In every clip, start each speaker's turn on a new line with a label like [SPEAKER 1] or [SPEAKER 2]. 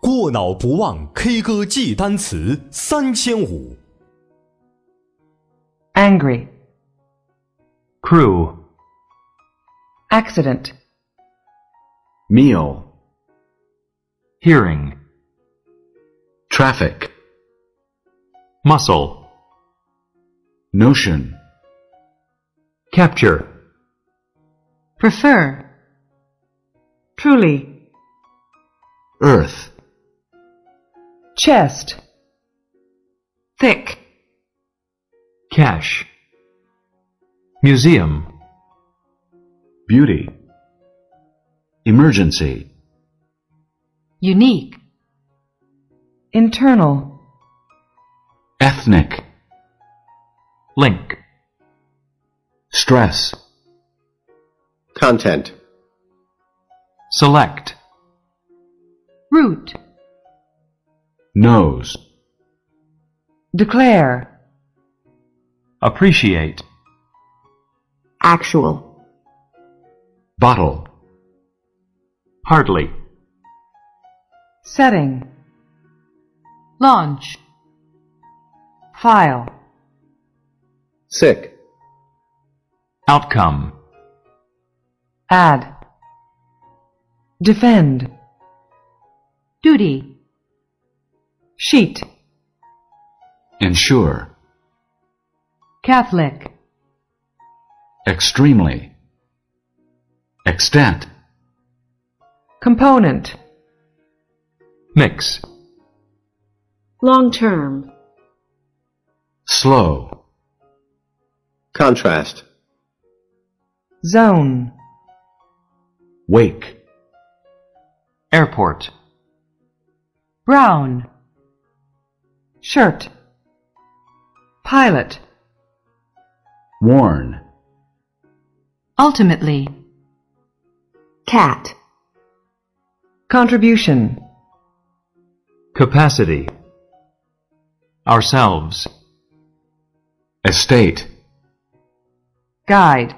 [SPEAKER 1] 过脑不忘 K 歌记单词三千五。
[SPEAKER 2] angry,
[SPEAKER 3] crew,
[SPEAKER 2] accident,
[SPEAKER 4] meal,
[SPEAKER 3] hearing,
[SPEAKER 4] traffic,
[SPEAKER 3] muscle,
[SPEAKER 4] notion,
[SPEAKER 3] capture,
[SPEAKER 2] prefer, truly,
[SPEAKER 4] earth,
[SPEAKER 2] chest, thick,
[SPEAKER 3] cash, museum,
[SPEAKER 4] beauty, emergency,
[SPEAKER 2] unique, internal,
[SPEAKER 4] ethnic,
[SPEAKER 3] link,
[SPEAKER 4] stress,
[SPEAKER 5] Content.
[SPEAKER 3] select,
[SPEAKER 2] root,
[SPEAKER 4] nose,
[SPEAKER 2] declare,
[SPEAKER 3] appreciate,
[SPEAKER 2] actual,
[SPEAKER 4] bottle,
[SPEAKER 3] hardly,
[SPEAKER 2] setting, launch, file,
[SPEAKER 5] Sick.
[SPEAKER 3] outcome,
[SPEAKER 2] add, defend, duty, sheet,
[SPEAKER 4] ensure,
[SPEAKER 2] Catholic,
[SPEAKER 4] extremely, extent,
[SPEAKER 2] component,
[SPEAKER 3] mix,
[SPEAKER 2] long term,
[SPEAKER 4] slow,
[SPEAKER 5] Contrast.
[SPEAKER 2] zone,
[SPEAKER 4] wake,
[SPEAKER 3] airport,
[SPEAKER 2] brown, shirt, pilot,
[SPEAKER 4] warn,
[SPEAKER 2] ultimately, cat, contribution,
[SPEAKER 3] capacity, ourselves,
[SPEAKER 4] estate,
[SPEAKER 2] guide,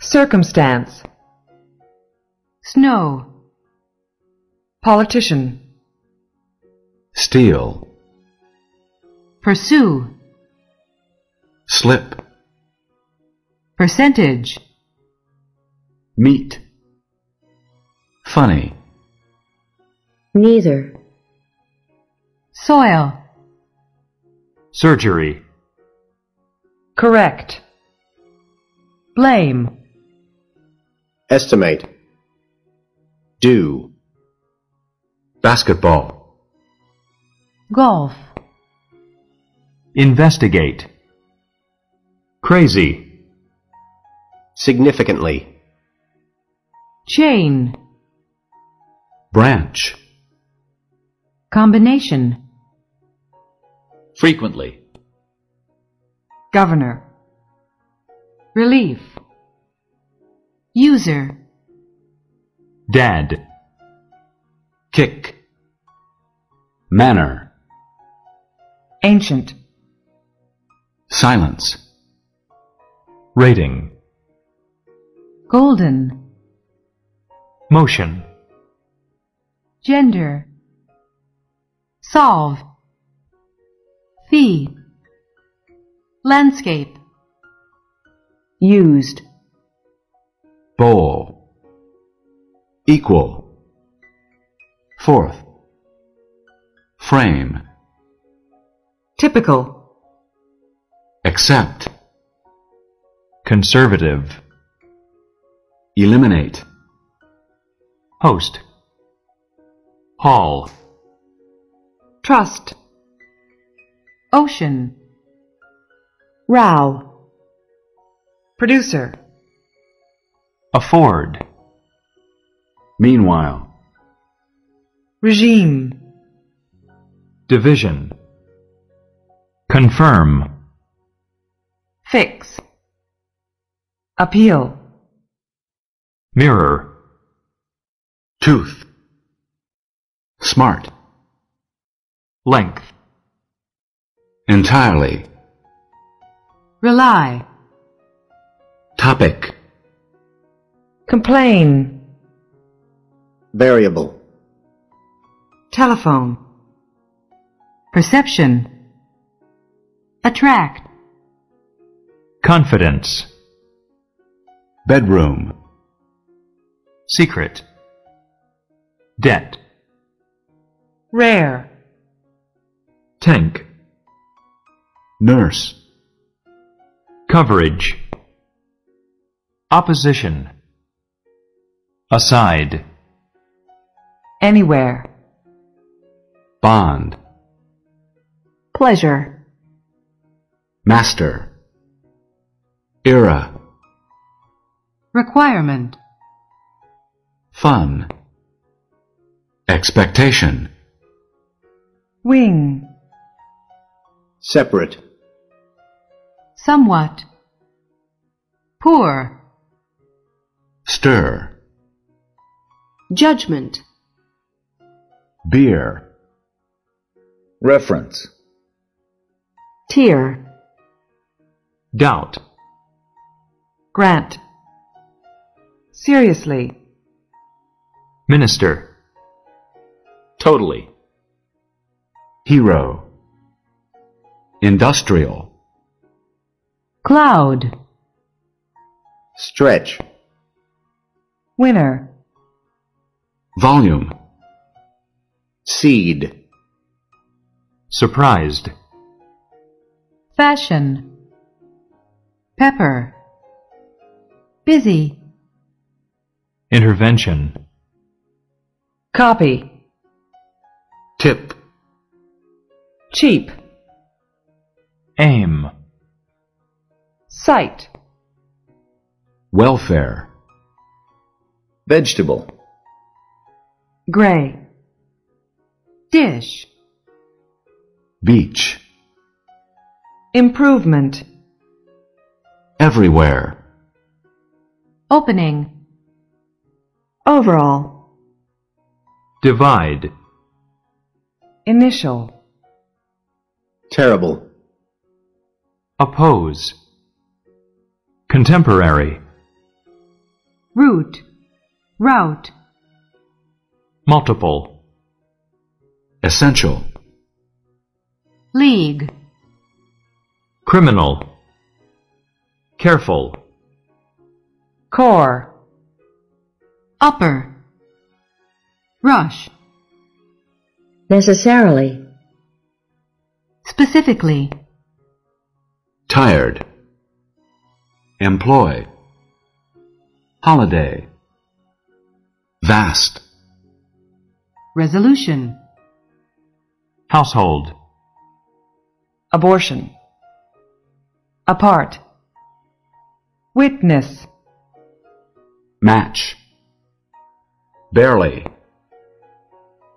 [SPEAKER 2] circumstance, snow, politician,
[SPEAKER 4] steal,
[SPEAKER 2] pursue,
[SPEAKER 4] slip,
[SPEAKER 2] percentage,
[SPEAKER 4] meet, funny,
[SPEAKER 2] neither, soil,
[SPEAKER 3] surgery,
[SPEAKER 2] correct, blame,
[SPEAKER 5] Estimate. Do.
[SPEAKER 4] basketball,
[SPEAKER 2] golf,
[SPEAKER 3] investigate, crazy,
[SPEAKER 5] Significantly.
[SPEAKER 2] chain,
[SPEAKER 4] branch,
[SPEAKER 2] combination,
[SPEAKER 4] frequently,
[SPEAKER 2] Governor. Relief. User.
[SPEAKER 3] dad,
[SPEAKER 4] kick, manner,
[SPEAKER 2] Ancient.
[SPEAKER 4] silence,
[SPEAKER 3] rating,
[SPEAKER 2] Golden.
[SPEAKER 3] motion,
[SPEAKER 2] Gender. Solve. Fee. Landscape. Used.
[SPEAKER 4] bowl, equal, fourth, frame,
[SPEAKER 2] Typical.
[SPEAKER 4] accept,
[SPEAKER 3] conservative,
[SPEAKER 4] eliminate,
[SPEAKER 3] host, hall,
[SPEAKER 2] Trust. Ocean. Row. Producer.
[SPEAKER 3] afford,
[SPEAKER 4] meanwhile,
[SPEAKER 2] Regime.
[SPEAKER 3] division, confirm,
[SPEAKER 2] Fix. Appeal.
[SPEAKER 3] mirror,
[SPEAKER 4] tooth, smart,
[SPEAKER 3] length,
[SPEAKER 4] entirely,
[SPEAKER 2] Rely.
[SPEAKER 4] topic,
[SPEAKER 2] Complain.
[SPEAKER 5] Variable.
[SPEAKER 2] telephone, perception, attract,
[SPEAKER 3] confidence,
[SPEAKER 4] bedroom,
[SPEAKER 3] secret, debt,
[SPEAKER 2] rare,
[SPEAKER 3] tank,
[SPEAKER 4] nurse,
[SPEAKER 3] coverage, opposition, aside,
[SPEAKER 2] anywhere,
[SPEAKER 4] bond,
[SPEAKER 2] pleasure,
[SPEAKER 4] master, era,
[SPEAKER 2] requirement,
[SPEAKER 4] fun, expectation,
[SPEAKER 2] wing,
[SPEAKER 4] separate,
[SPEAKER 2] somewhat, poor,
[SPEAKER 4] stir,
[SPEAKER 2] judgment,
[SPEAKER 4] beer, reference,
[SPEAKER 2] tear,
[SPEAKER 3] doubt,
[SPEAKER 2] grant, seriously,
[SPEAKER 3] minister, totally,
[SPEAKER 4] hero, industrial,
[SPEAKER 2] cloud,
[SPEAKER 4] stretch,
[SPEAKER 2] winner,
[SPEAKER 4] volume, seed,
[SPEAKER 3] surprised,
[SPEAKER 2] fashion, pepper, busy,
[SPEAKER 3] intervention,
[SPEAKER 2] copy,
[SPEAKER 4] tip,
[SPEAKER 2] cheap,
[SPEAKER 3] aim,
[SPEAKER 2] sight,
[SPEAKER 4] welfare, vegetable,
[SPEAKER 2] gray, dish,
[SPEAKER 4] beach,
[SPEAKER 2] improvement,
[SPEAKER 4] everywhere.
[SPEAKER 2] opening, overall,
[SPEAKER 3] divide,
[SPEAKER 2] initial,
[SPEAKER 4] Terrible.
[SPEAKER 3] oppose, contemporary,
[SPEAKER 2] route, route,
[SPEAKER 3] multiple,
[SPEAKER 4] Essential.
[SPEAKER 2] league,
[SPEAKER 3] criminal, careful,
[SPEAKER 2] core, upper, rush, necessarily, specifically,
[SPEAKER 4] Tired. Employ. Holiday. Vast.
[SPEAKER 2] resolution,
[SPEAKER 3] household,
[SPEAKER 2] abortion, apart, witness,
[SPEAKER 4] Match. Barely.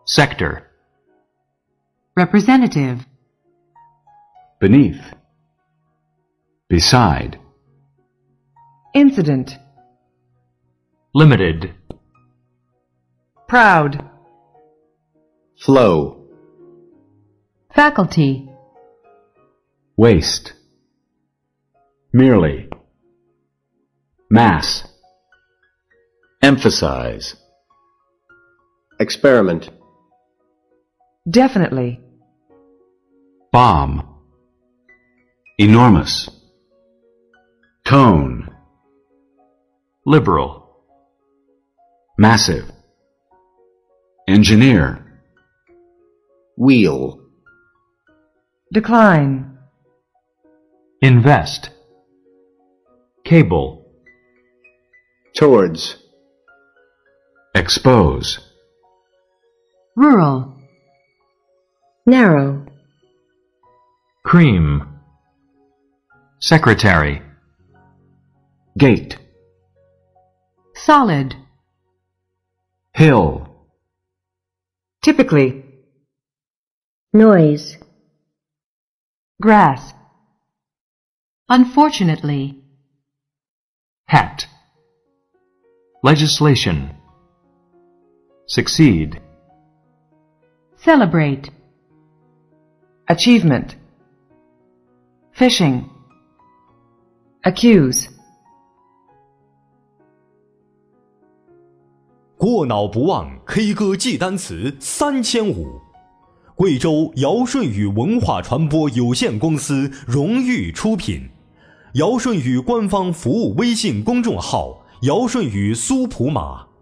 [SPEAKER 3] sector,
[SPEAKER 2] representative,
[SPEAKER 4] Beneath. Beside.
[SPEAKER 2] incident,
[SPEAKER 3] limited,
[SPEAKER 2] proud,
[SPEAKER 4] Flow.
[SPEAKER 2] faculty,
[SPEAKER 4] Waste. Merely. Mass. Emphasize. Experiment.
[SPEAKER 2] definitely,
[SPEAKER 4] Bomb. Enormous. Cone.
[SPEAKER 3] liberal,
[SPEAKER 4] Massive. Engineer. Wheel.
[SPEAKER 2] decline,
[SPEAKER 3] invest, cable,
[SPEAKER 4] Towards. Expose.
[SPEAKER 2] rural, narrow,
[SPEAKER 3] cream, secretary,
[SPEAKER 4] Gate.
[SPEAKER 2] solid,
[SPEAKER 4] Hill.
[SPEAKER 2] typically, noise, grass, unfortunately,
[SPEAKER 3] hat, legislation, succeed,
[SPEAKER 2] celebrate, achievement, fishing, accuse.
[SPEAKER 1] 过脑不忘 K 歌记单词三千五，贵州尧舜禹文化传播有限公司荣誉出品，尧舜禹官方服务微信公众号：尧舜禹苏普码。